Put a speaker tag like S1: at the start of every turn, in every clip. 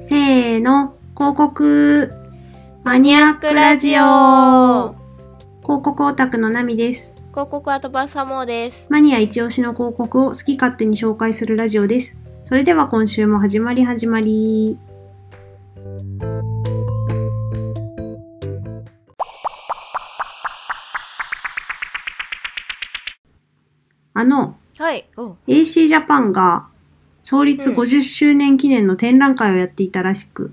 S1: せーの、広告マニアックラジオ
S2: 広
S1: 広告オタクのナミです。
S2: 告は飛ばさもです。
S1: マニア一押しの広告を好き勝手に紹介するラジオです。それでは今週も始まり始まり。あの、
S2: はい。お
S1: AC ジャパンが創立
S2: うん
S1: 50周年記念の展覧会をやっていたらしく、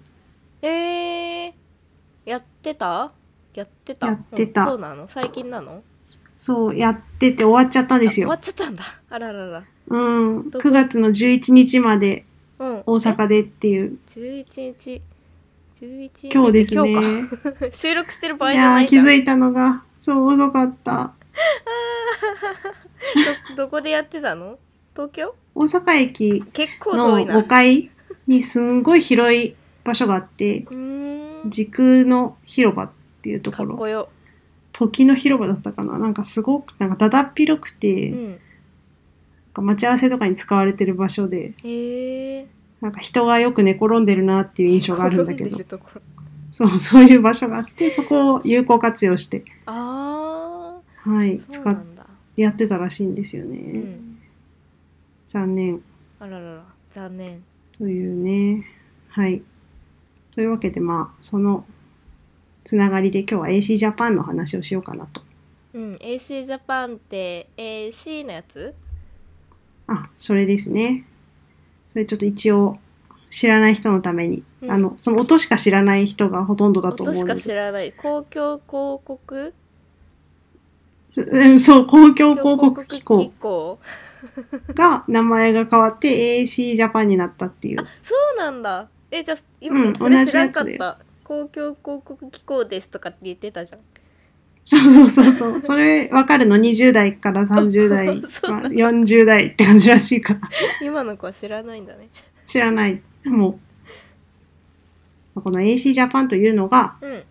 S2: えー、やってたやってた
S1: やってた
S2: うんそうなの最近なの
S1: そうやってて終わっちゃったんです
S2: あ終わ
S1: よ。
S2: っちゃったんだ。あららら
S1: うん、
S2: ど
S1: 9月の11日まで
S2: ら。うん。
S1: 大阪でっていう、
S2: え。11日。11日。
S1: 今日ですね。
S2: 今日か。 収録してる場合
S1: い
S2: じゃ
S1: や
S2: な
S1: ー
S2: いじ
S1: 気
S2: ゃん。
S1: づいたのが、そう遅かった。
S2: どどこでやってたの東京
S1: 大阪駅
S2: 結構
S1: の
S2: 遠いな。う
S1: 5階にすんごい広い場所があって、
S2: ーん。
S1: 時空の広場っていうと
S2: か
S1: こ
S2: っ
S1: ろ、
S2: こよ。
S1: 時の広場だったかななんかすごく、なんかだだっ広くて、
S2: う
S1: なん
S2: ん。
S1: か待ち合わせとかに使われてる場所で、
S2: えー。
S1: なんか人がよく寝転んでるなっていう印象があるん だけ
S2: 転
S1: ど
S2: でる、ところ
S1: そう、そういう場所があって、そこを有効活用して、
S2: あ
S1: はい、
S2: ー。
S1: 使
S2: そうな
S1: っ
S2: んだ。
S1: やってたらしいんですよね。
S2: うん。
S1: 残念
S2: あららら。残念。
S1: というね。はい。というわけで、まあ、そのつながりで今日は AC ジャパンの話をしようかなと。
S2: うん、AC ジャパンって AC のやつ
S1: あ、それですね。それちょっと一応、知らない人のために、
S2: うん
S1: あの、その音しか知らない人がほとんどだと思
S2: 音
S1: う
S2: し
S1: の
S2: か
S1: で
S2: 知らない公共広告
S1: そうんそう、公共広
S2: 公
S1: 告
S2: 共
S1: 機構
S2: 機構
S1: が名前が変わって AC ジャパンになったっていう。
S2: そうなんだえじゃあ今、
S1: うん
S2: それ
S1: 同
S2: 知
S1: じ
S2: ら
S1: や
S2: んか
S1: つ
S2: っ
S1: で
S2: た公共広告機構ですとかって言ってたじゃん
S1: そうそうそうそう。それ分かるの20代から30代、
S2: そう
S1: まあ40代って感じらしいから。
S2: 今の子は知らないんだね
S1: 知らない。もう。この AC ジャパンというのが
S2: うん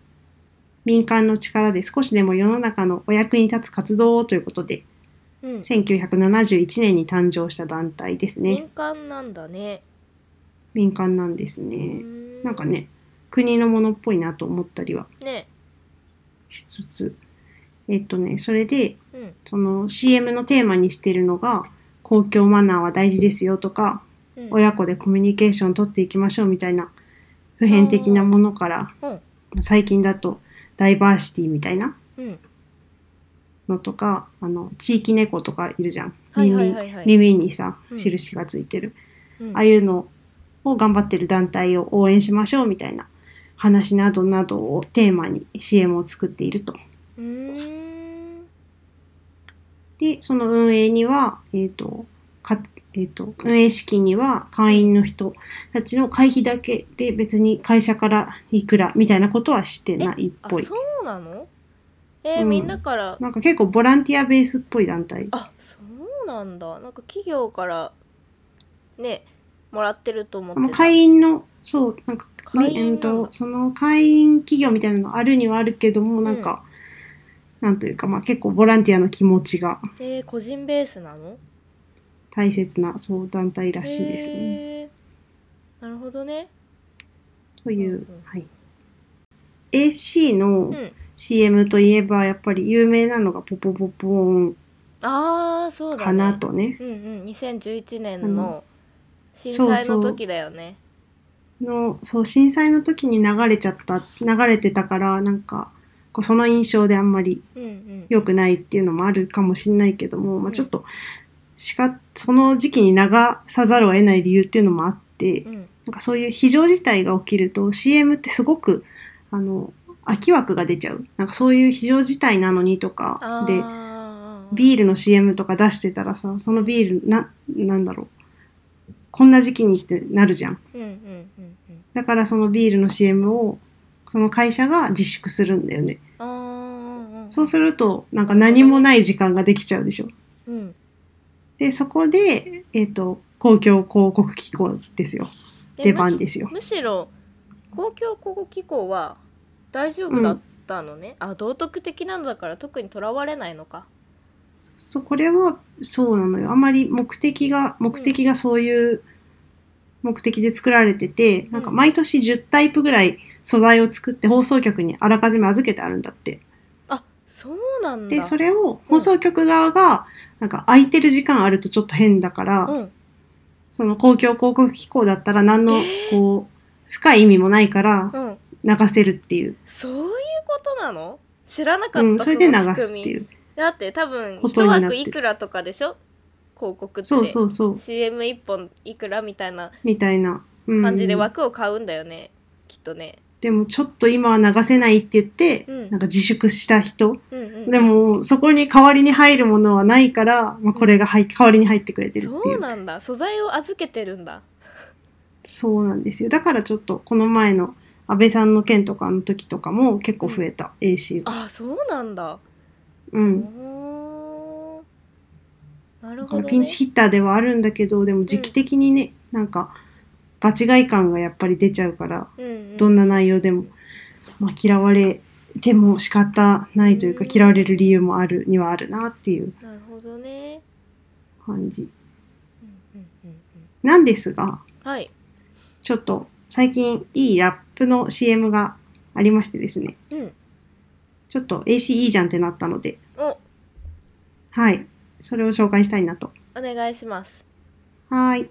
S1: 民間の力で少しでも世の中のお役に立つ活動をということで、
S2: うん
S1: 1971年に誕生した団体ですね。
S2: 民間なんだね
S1: 民間なんです
S2: うー
S1: ね。
S2: ん
S1: なんかね、国のものっぽいなと思ったりは
S2: ね
S1: しつつ。えっとね、それで、
S2: うん
S1: その CM のテーマにしてるのが公共マナーは大事ですよとか
S2: うん
S1: 親子でコミュニケーション取っていきましょうみたいな普遍的なものから
S2: うん
S1: 最近だとダイバーシティみたいな
S2: うん
S1: のとかあの地域猫とかいるじゃん
S2: はいはい
S1: 耳
S2: はいはい
S1: 耳にさ
S2: うん
S1: 印がついてる
S2: うん
S1: ああいうのを頑張ってる団体を応援しましょうみたいな話などなどをテーマに CM を作っていると。
S2: うーん
S1: で、その運営には、えっ、と、か、えっ、と、運営資金には会員の人たちの会費だけで別に会社からいくらみたいなことはしてないっ
S2: あ
S1: ぽい。
S2: そうなのえー
S1: うん
S2: みんなから
S1: なんか結構ボランティアベースっぽい団体。
S2: あそうなんだなんか企業からねもらってると思って
S1: もう
S2: た
S1: 会員の、そう、なんか、ね
S2: 会員
S1: え
S2: な
S1: っ
S2: んだ
S1: と、その会員企業みたいなのあるにはあるけども、なんか、なんというか、まあ結構ボランティアの気持ちが
S2: えー、個人ベースなの
S1: 大切な、そう、団体らしいですね。
S2: えーなるほどね
S1: という
S2: うんうん、
S1: はい。AC の
S2: う、ん
S1: CM といえばやっぱり有名なのが「ポポポポーン
S2: ああそう」だね
S1: かなとね
S2: うんうん2011年の震
S1: そう
S2: 災
S1: そ
S2: の
S1: う
S2: 時だよね
S1: のそう震災の時に流れちゃった流れてたからなんかこうその印象であんまり
S2: うんうん
S1: 良くないっていうのもあるかもしれないけども、まあ、ちょっとしかその時期に流さざるを得ない理由っていうのもあって
S2: うん
S1: なんかそういう非常事態が起きると CM ってすごくあの空き枠が出ちゃうなんかそういう非常事態なのにとか
S2: あ
S1: で
S2: ー
S1: ビールの CM とか出してたらさそのビールななんだろうこんな時期にってなるじゃん
S2: うんうんうんうん
S1: だからそのビールの CM をその会社が自粛するんだよね
S2: あーうんうん
S1: そうするとなんか何もない時間ができちゃうでしょ
S2: うん
S1: でそこでえっ、と公共広告機構ですよ
S2: え
S1: 出番ですよ
S2: むしろ公共広告機構は大丈夫だったのね、あ道徳的なのだから特にとらわれないのか
S1: そうこれはそうなのよあまり目的が目的がそういう目的で作られてて、なんか毎年10タイプぐらい素材を作って放送局にあらかじめ預けてあるんだって。
S2: あそうなんだ
S1: で、それを放送局側が、なんか空いてる時間あるとちょっと変だから、
S2: うん
S1: その公共広告機構だったら何の
S2: え、
S1: こう、深い意味もないから
S2: うん
S1: 流せるっていう。
S2: そういうことなの知らなか
S1: う
S2: った、
S1: ん、それで流
S2: の仕
S1: すっ
S2: 組み
S1: ていう。
S2: だって多分
S1: こと
S2: 一
S1: になってる
S2: 枠いくらとかでしょ広告って
S1: そうそうそう。
S2: CM 一本いくらみたいな
S1: みたいな。うん
S2: 感じで枠を買うんだよね、きっとね
S1: でもちょっと今は流せないって言って、
S2: うん
S1: なんか自粛した人。
S2: うんうん
S1: でも、そこに代わりに入るものはないから、まあ、これが入っ代わりに入ってくれてるってい
S2: そう
S1: う。
S2: なんだ素材を預けてるんだ
S1: そうなんですよ。だからちょっと、この前の安倍さんの件とかの時とかも結構増えた、AC が。
S2: あそうなんだ
S1: うん。
S2: おーなる
S1: だ
S2: ほ
S1: か
S2: ど、
S1: ら
S2: ね、
S1: ピンチヒッターではあるんだけど、でも時期的にね、なんか、場違い感がやっぱり出ちゃうから、
S2: うんうん、
S1: どんな内容でも、まあ、嫌われても仕方ないというか、
S2: うん
S1: 嫌われる理由もあるにはあるなっていう
S2: なるほどね、
S1: 感じ
S2: うんうんうんうん、
S1: なんですが
S2: はい
S1: ちょっと最近いいラップの CM がありましてですね
S2: うん
S1: ちょっと AC いいじゃんってなったので
S2: お
S1: はいそれを紹介したいなと
S2: お願いします
S1: はーい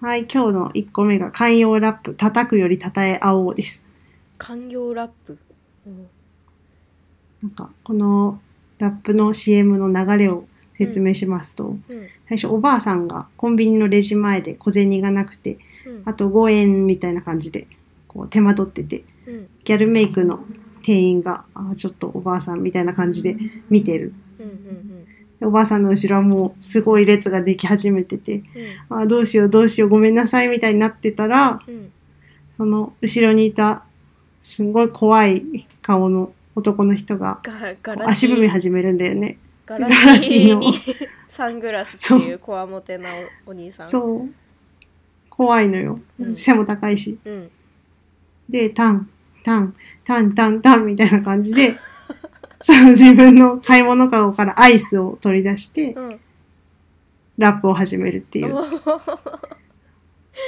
S1: はい今日の1個目が寛容ラップ叩くより叩え合おうです
S2: 官業ラップうん
S1: なんかこのラップの CM の流れを説明しますと、
S2: うん
S1: 最初おばあさんがコンビニのレジ前で小銭がなくて
S2: うん
S1: あと5円みたいな感じでこう手間取ってて
S2: うん
S1: ギャルメイクの店員があーちょっとおばあさんみたいな感じで見てる
S2: うんうん
S1: でおばあさんの後ろはもうすごい列ができ始めてて
S2: うんうん
S1: あーどうしようどうしようごめんなさいみたいになってたら
S2: うん
S1: その後ろにいたすごい怖い顔の男の人が
S2: ガガラ
S1: 足踏み始めるんだよね。
S2: ガラ
S1: ガラティ
S2: ティ
S1: の
S2: にサングラスっていうこわもてなおお兄さん
S1: そう怖いのよ
S2: うん
S1: 背も高いし。
S2: うん
S1: で、タン、タン、タン、タン、タンみたいな感じで、 その自分の買い物カゴからアイスを取り出して、
S2: うん
S1: ラップを始めるって いう。
S2: おー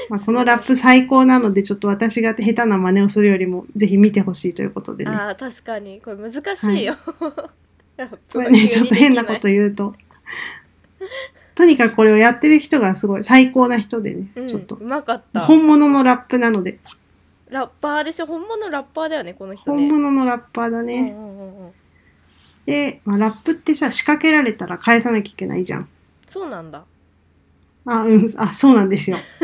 S1: まあ、このラップ最高なので、ちょっと私が下手な真似をするよりも、ぜひ見てほしいということでね。
S2: あー確かにこれ難しいよ、 ラップ
S1: こ
S2: は
S1: れね、ち
S2: 急
S1: ょ
S2: に
S1: っと
S2: できい
S1: 変なこと言うと。 とにかくこれをやってる人がすごい最高な人でね、
S2: うん
S1: ちょっと
S2: う。まかった
S1: 本物のラップなので、
S2: ラッパーでしょ本物ラッパーだよねこの人ね
S1: 本物のラッパーだ
S2: うん
S1: ね。
S2: うんうんうん
S1: で、まあ、ラップってさ、仕掛けられたら返さなきゃいけないじゃん。
S2: そうなんだ
S1: あ、うん、あ、そうなんですよ。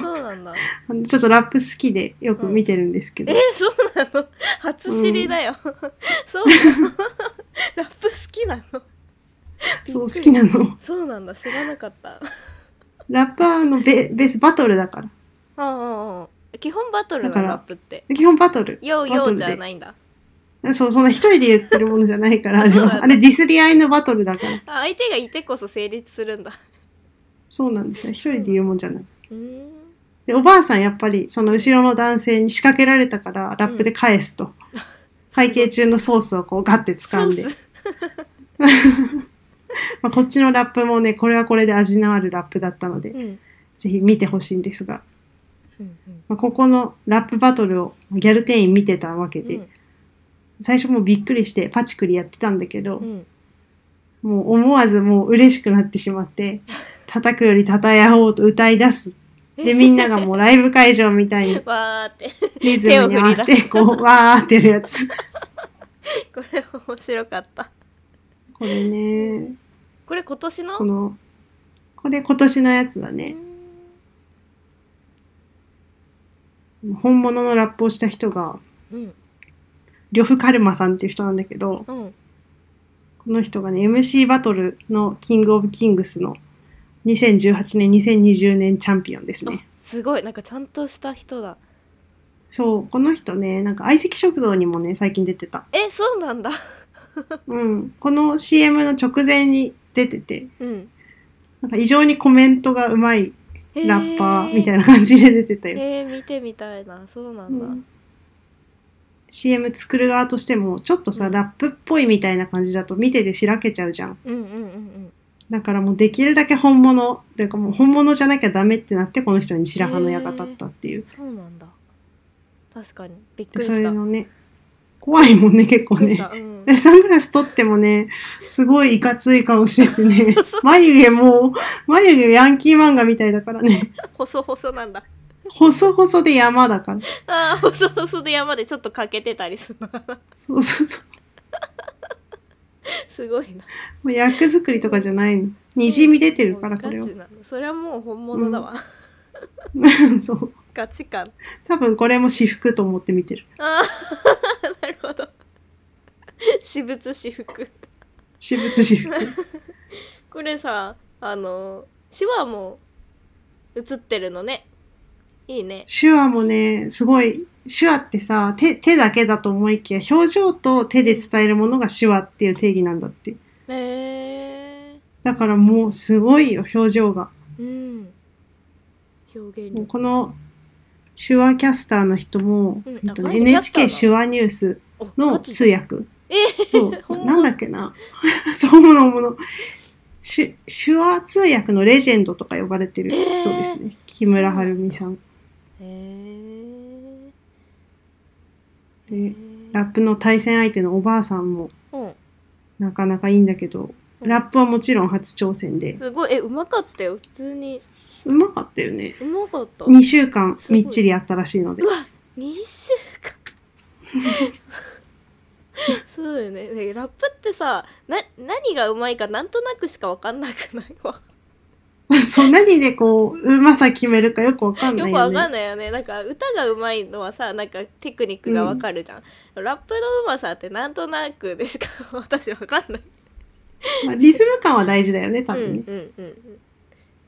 S2: そうなんだ
S1: あのちょっとラップ好きでよく見てるんですけ
S2: え
S1: ど、
S2: ー、そうなの初知りだよ、 そうなの ラップ好きなの
S1: そう好
S2: びっくり
S1: きなの。
S2: そうなんだ知らなかった
S1: ラップはあのベベースバトルだから。
S2: うんうんうん基本バトル
S1: だ
S2: な
S1: か
S2: の
S1: ら
S2: ラップって
S1: 基本バトル。
S2: ヨー
S1: バ
S2: ヨ
S1: ト
S2: ー
S1: ル
S2: じ
S1: で
S2: ゃないんだ
S1: そう、そんな一人で言ってるものじゃないから、あれ
S2: そうなん
S1: は。
S2: だ
S1: あれディスり合いのバトルだから。
S2: あ相手がいてこそ成立するんだ
S1: そうなんですよ。一人で言うもんじゃない。
S2: うーん
S1: で、おばあさんやっぱりその後ろの男性に仕掛けられたから、ラップで返すと。会計中のソースをこうガッて掴んで
S2: ソー。ス
S1: まあ、こっちのラップもね、これはこれで味のあるラップだったので
S2: う、ん
S1: ぜひ見てほしいんですが。
S2: うんうん
S1: まあ、ここのラップバトルをギャル店員見てたわけで、最初もうびっくりしてパチクリやってたんだけど、
S2: うんうん
S1: もう思わずもう嬉しくなってしまって叩くより叩え合おうと歌い出すでみんながもうライブ会場みたいに
S2: わーって
S1: リズムに合わせてこうわーってるやつ
S2: これ面白かった
S1: これね
S2: これ今年の
S1: このこれ今年のやつだ
S2: うー
S1: ね
S2: ん
S1: 本物のラップをした人が
S2: うん
S1: 呂布カルマさんっていう人なんだけど
S2: うん
S1: この人がね MC バトルのキングオブキングスの2018年2020年チャンピオンですね
S2: あすごいなんかちゃんとした人だ
S1: そう、この人ね、なんか相席食堂にもね、最近出てた。
S2: えそうなんだ
S1: うん。この CM の直前に出てて、
S2: うん
S1: なんか異常にコメントがうまいラッパーみたい
S2: な
S1: な感じで出てたよ。
S2: えー、見てみたいなそうな
S1: うん
S2: だ、
S1: ん CM 作る側としても、ちょっとさ、
S2: うん
S1: ラップっぽいみたいな感じだと見ててしらけちゃうじゃん。
S2: うんうんうん
S1: だからもうできるだけ本物というかもう本物じゃなきゃダメってなってこの人に白羽の矢が立ったっていう、
S2: そうなんだ確かにびっくり
S1: そ
S2: し
S1: れ
S2: た
S1: のね怖いもんね結構
S2: びっくりし
S1: ね
S2: たうん
S1: えサングラス取ってもねすごいいかつい顔してて ね眉毛もう眉毛ヤンキー漫画みたいだからね
S2: 細細なんだ
S1: 細々で山だから
S2: ああ細細で山でちょっと欠けてたりするの
S1: そうそうそう
S2: すごいな
S1: もう役作りとかじゃないのにじみ出てるからこれ
S2: ガ
S1: は
S2: チなのそれはもう本物だわ、
S1: そう
S2: ガチ感
S1: 多分これも私服と思って見てる
S2: ああ なるほど私物私服
S1: 私物私服
S2: これさあの手話も映ってるのねいいね
S1: 手話もねすごい手話ってさ手手だけだと思いきや表情と手で伝えるものが手話っていう定義なんだって
S2: へえ
S1: だからもうすごいよ表情が
S2: うん表現
S1: もう
S2: 力
S1: この手話キャスターの人も、
S2: うん
S1: えっとね
S2: あこの人キャスター
S1: NHK
S2: なの
S1: 手話ニュース
S2: おガ
S1: の
S2: チ
S1: 通訳
S2: え
S1: そ
S2: 本
S1: う
S2: 物
S1: なんだっけな そうものもの手手話通訳のレジェンドとか呼ばれてる人ですね、木村晴美さん
S2: へえ
S1: でラップの対戦相手のおばあさんも
S2: うん
S1: なかなかいいんだけどラップはもちろん初挑戦です
S2: ごいえうまかったよ普通に
S1: うまかったよね
S2: うまかった
S1: 2週間みっちりやったらしいので
S2: うわ2週間そうよねねラップってさな何がうまいかなんとなくしか分かんなくないわ
S1: そう何でこううまさ決めるかよくわかんな
S2: よく
S1: いよ
S2: 分か
S1: ね
S2: んないよねなんか歌がうまいのはさなんかテクニックが分かるじゃん、ラップのうまさってなんとなくでしか私分かんない
S1: まあリズム感は大事だよね多
S2: う
S1: 分
S2: ん
S1: ね、
S2: うんうんうん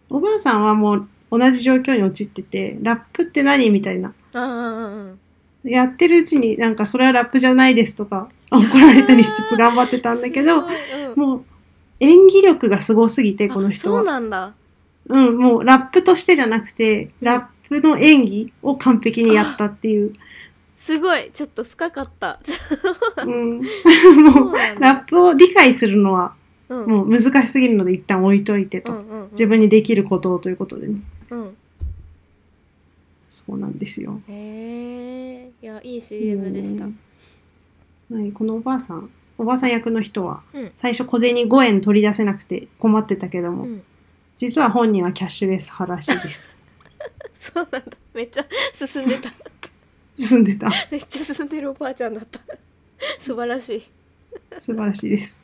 S1: おばあさんはもう同じ状況に陥っててラップって何みたいな
S2: ああ
S1: やってるうちになんかそれはラップじゃないですとか怒られたりしつつ頑張ってたんだけど
S2: も
S1: もう演技力がすごすぎてこの人
S2: そう
S1: は
S2: なんだ
S1: うんもうラップとしてじゃなくてラップの演技を完璧にやったっていう、
S2: すごいちょっと深かった
S1: うん、
S2: そ
S1: もう
S2: うなんだ
S1: ラップを理解するのは
S2: うん
S1: もう難しすぎるので一旦置いといてと、
S2: うんうんうん
S1: 自分にできることをということでね
S2: うん
S1: そうなんですよ。
S2: へえいやいい CM でした
S1: うんはい、このおばあさんおばあさん役の人は、
S2: うん
S1: 最初小銭5円取り出せなくて困ってたけども、
S2: うん
S1: 実は本人はキャッシュレス派らしいです。
S2: そうなんだ。めっちゃ進んでた。
S1: 進んでた。
S2: めっちゃ進んでるおばあちゃんだった。素晴らしい。
S1: 素晴らしいです。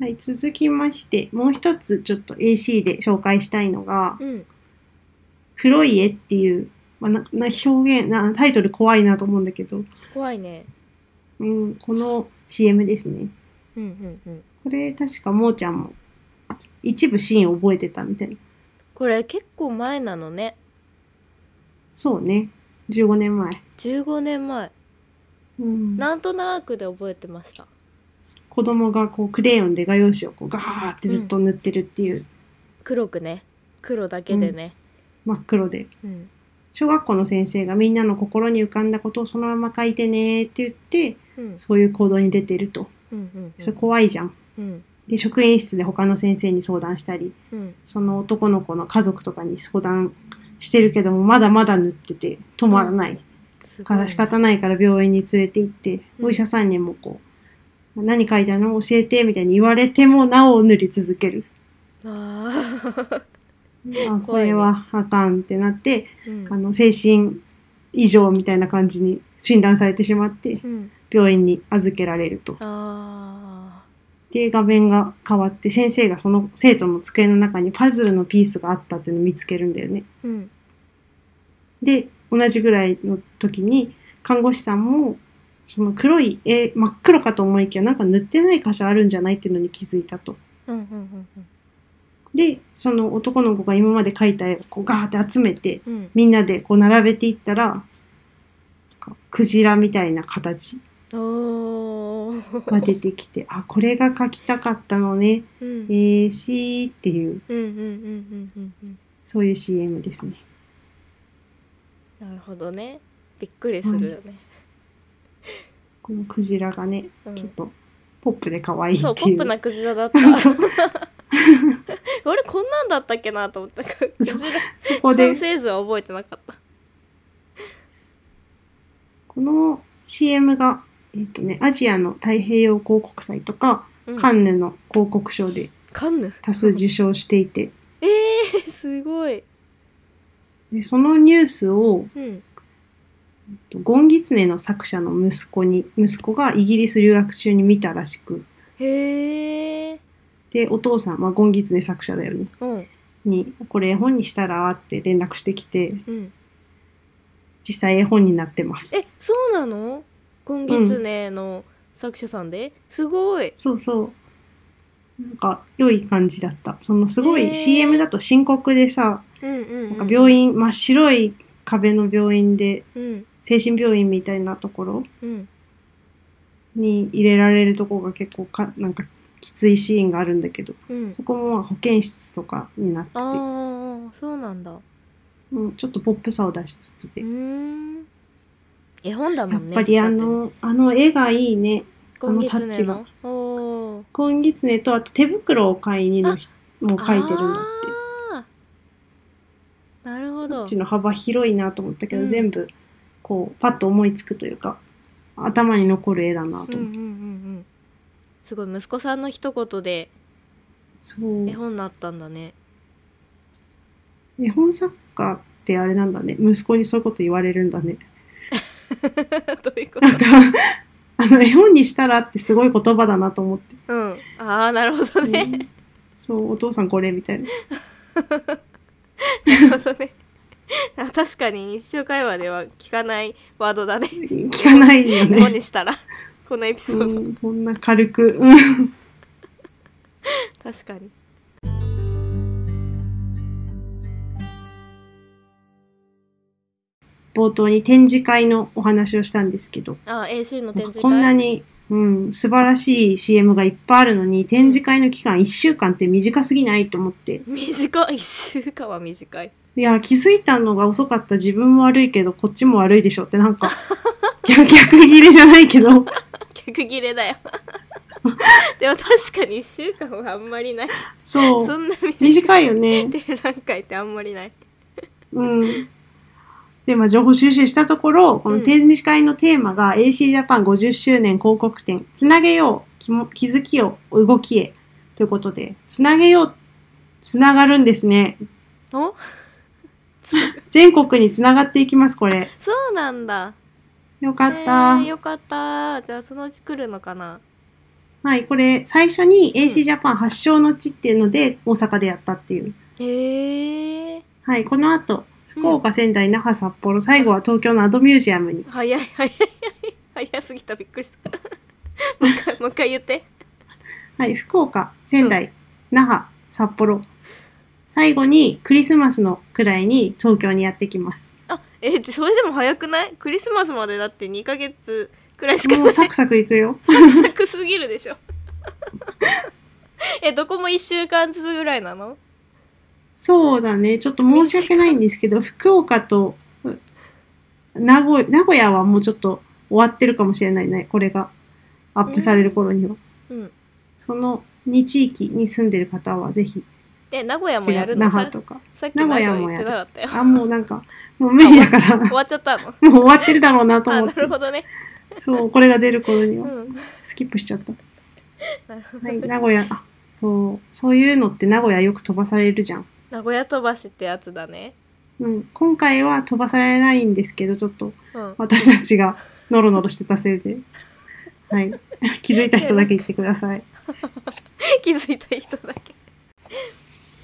S1: はい、続きまして、もう一つちょっと AC で紹介したいのが、
S2: うん。
S1: 黒い絵っていう、まあ、なな表現な、タイトル怖いなと思うんだけど、
S2: 怖いね。
S1: うん、この CM ですね。
S2: うんうんうん。
S1: これ確かもーちゃんも一部シーン覚えてたみたいな。
S2: これ結構前なのね。
S1: そうね。15年前。
S2: 15年前。
S1: うん、
S2: なんとなくで覚えてました。
S1: 子供がこうクレヨンで画用紙をこうガーってずっと塗ってるっていう、
S2: 黒くね。黒だけでね。
S1: 真っ黒で
S2: うん。
S1: 小学校の先生がみんなの心に浮かんだことをそのまま書いてねって言って
S2: うん。
S1: そういう行動に出てると
S2: うんうん
S1: それ怖いじゃん。
S2: うん。
S1: で職員室で他の先生に相談したり
S2: うん。
S1: その男の子の家族とかに相談してるけどもまだまだ塗ってて止まらない、
S2: す
S1: だから仕方ないから病院に連れて行って、
S2: うん
S1: お医者さんにもこう何書いてあるの教えてみたいに言われてもなお塗り続ける。
S2: ああ。
S1: あこれはあかんってなって
S2: うん
S1: あ。の精神異常みたいな感じに診断されてしまって
S2: うん。
S1: 病院に預けられると。
S2: ああ。
S1: で画面が変わって先生がその生徒の机の中にパズルのピースがあったっていうのを見つけるんだよね。
S2: うん。
S1: で同じぐらいの時に看護師さんもその黒い絵真っ黒かと思いきやなんか塗ってない箇所あるんじゃないっていうのに気づいたと。
S2: うんうんうん
S1: でその男の子が今まで描いた絵をこうガーって集めて
S2: うん。うん。
S1: みんなでこう並べていったらなんかクジラみたいな形
S2: お
S1: が
S2: ー。
S1: 出てきてあこれが描きたかったのね
S2: うん。うん
S1: えー、しーっていう
S2: うんうんうんうんうん。
S1: そういう CM ですね
S2: なるほどね。びっくりするよね。
S1: このクジラがね
S2: うん
S1: ちょっとポップで可愛いってい
S2: そう
S1: う。
S2: ポップなクジラだった
S1: そう
S2: 俺こんなんだったっけなと思ったからクジラ
S1: そこで
S2: 完成図は覚えてなかった
S1: この CM が、えっ、とね、アジアの太平洋広告祭とか、
S2: うん
S1: カンヌの広告賞で
S2: カンヌ
S1: 多数受賞していて、
S2: えー、すごい、
S1: でそのニュースを、
S2: うん、
S1: ゴンギツネの作者の息子に、息子がイギリス留学中に見たらしく、
S2: へえ
S1: で、お父さん、まあ、ゴンギツネ作者だよね、
S2: うん
S1: に、これ絵本にしたらって連絡してきて、
S2: うん
S1: 実際絵本になってます。
S2: えそうなの今月ねの作者さんで、すごい
S1: そうそう。なんか、良い感じだった。その、すご
S2: へ
S1: い
S2: ー
S1: CM だと深刻でさ、
S2: うんうん、うん、
S1: なんか病院、真っ白い壁の病院で、
S2: うん
S1: 精神病院みたいなところ
S2: うん
S1: に入れられるとこが結構か、なんか、きついシーンがあるんだけど、
S2: うん
S1: そこもまあ保健室とかになってて、
S2: ああそうなんだう
S1: うん、ちょっとポップさを出しつつで。
S2: ーん絵本だ
S1: や
S2: も
S1: っ
S2: んね
S1: ぱりあの、あの絵がいいね。
S2: 今月
S1: あのタッ
S2: ね
S1: チ
S2: の
S1: が
S2: おー
S1: 今月ねと、あと手袋を買いにの人も書いてるんだって。
S2: あーなるほ
S1: タ
S2: ど
S1: ッチの幅広いなと思ったけど、
S2: うん
S1: 全部こうパッと思いつくというか頭に残る絵だなと思っ
S2: う
S1: て、
S2: んうんうんうんすごい息子さんの一言で
S1: そう
S2: 絵本になったんだね
S1: 絵本作家ってあれなんだね息子にそういうこと言われるんだね
S2: どういうこ
S1: なんかあの絵本にしたらってすごい言葉だなと思って、
S2: とうんああなるほどね、
S1: うんそうお父さんこれみたいな
S2: なるほどねあ確かに日常会話では聞かないワードだね
S1: 聞かないよ
S2: 日本
S1: ね、
S2: にし たらこのエピソード、
S1: うん、そんな軽く、うん
S2: 確かに
S1: 冒頭に展示会のお話をしたんですけど
S2: あ AC の展示会
S1: こんなに、うん、素晴らしい CM がいっぱいあるのに展示会の期間1週間って短すぎないと思って
S2: 短い1週間は短い
S1: いや気づいたのが遅かった自分も悪いけどこっちも悪いでしょってなんか逆逆切れじゃないけど
S2: 逆切れだよ でも確かに1週間はあんまりない
S1: そ
S2: そ
S1: うん
S2: な短い
S1: 短いよね
S2: 展覧会ってあんまりない
S1: うんでまあ情報収集したところこ
S2: う
S1: の
S2: ん
S1: 展示会のテーマが AC ジャパン50周年広告展「つなげようきも気づきを動きへ」ということで「つなげよう」つながるんですね
S2: お
S1: 全国につながっていきますこれ
S2: そうなんだ
S1: よかった、
S2: えーよかったじゃあそのうち来るのかな
S1: はいこれ最初に
S2: うん
S1: AC ジャパン発祥の地っていうので大阪でやったっていう
S2: へえ
S1: はいこの後福
S2: う
S1: 岡仙台那覇札幌最後は東京のアドミュージアムに
S2: ん早い早い早い早すぎたびっくりしたもう一回もう一回言って
S1: はい福岡仙台、那覇札幌最後にクリスマスのくらいに東京にやってきます
S2: あえーそれでも早くないクリスマスまでだって2ヶ月くらいしか
S1: も
S2: な
S1: う
S2: い
S1: サクサクいくよ
S2: サクすぎるでしょえどこも1週間ずつぐらいなの
S1: そうだねちょっと申し訳ないんですけど福岡とう名古名古屋はもうちょっと終わってるかもしれないねこれがアップされる頃には、
S2: うん
S1: その2地域に住んでる方はぜひ
S2: え名古屋も
S1: 違
S2: やる
S1: う
S2: の
S1: 那
S2: さ
S1: 覇とか
S2: さっき名
S1: 名古
S2: 古
S1: 屋
S2: 屋
S1: も
S2: 言っ
S1: や
S2: て
S1: る
S2: なかったよ
S1: あもうなん かもう無理だから
S2: 終わっちゃったの
S1: もう終わってるだろうなと
S2: あ
S1: 思っ
S2: な
S1: て
S2: るほどね
S1: そうこれが出る頃に
S2: う
S1: は
S2: ん
S1: スキップしちゃった、
S2: なるほど
S1: はい、名古屋あそうそういうのって名古屋よく飛ばされるじゃん、
S2: 名古屋飛ばしってやつだね
S1: うん、今回は飛ばされないんですけどちょっと
S2: うん
S1: 私たちがノロノロしてたせいで、 はい、気づいた人だけ言ってください
S2: 気づいた人だけ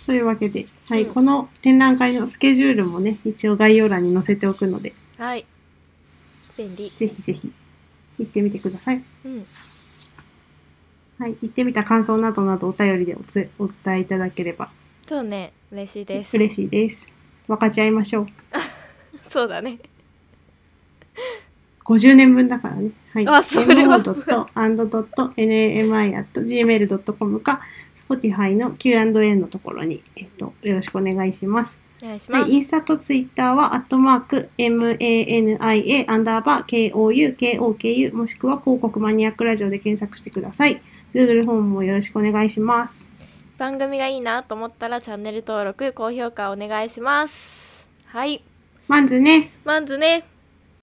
S1: というわけで、はい、この展覧会のスケジュールもね一応概要欄に載せておくので
S2: はい便利
S1: ぜひぜひ行ってみてください。
S2: うん
S1: はい、行ってみた感想などなどお便りでおつお伝えいただければ
S2: そうね嬉しいです
S1: 嬉しいです。分かち合いましょう。
S2: そうだね
S1: 50年分だからね。はい。
S2: あそれは
S1: mo.and.nami.gmail.com か Spotify の Q&A のところに、えっと、よろしくお願いします。
S2: お願いしま
S1: は
S2: す、
S1: い、インスタとツイッターは、アットマーク、mania、アンダーバー、kou、koku、もしくは広告マニアックラジオで検索してください。Google フォームもよろしくお願いします。
S2: 番組がいいなと思ったらチャンネル登録高評価お願いしますはい
S1: まずね、
S2: マンズね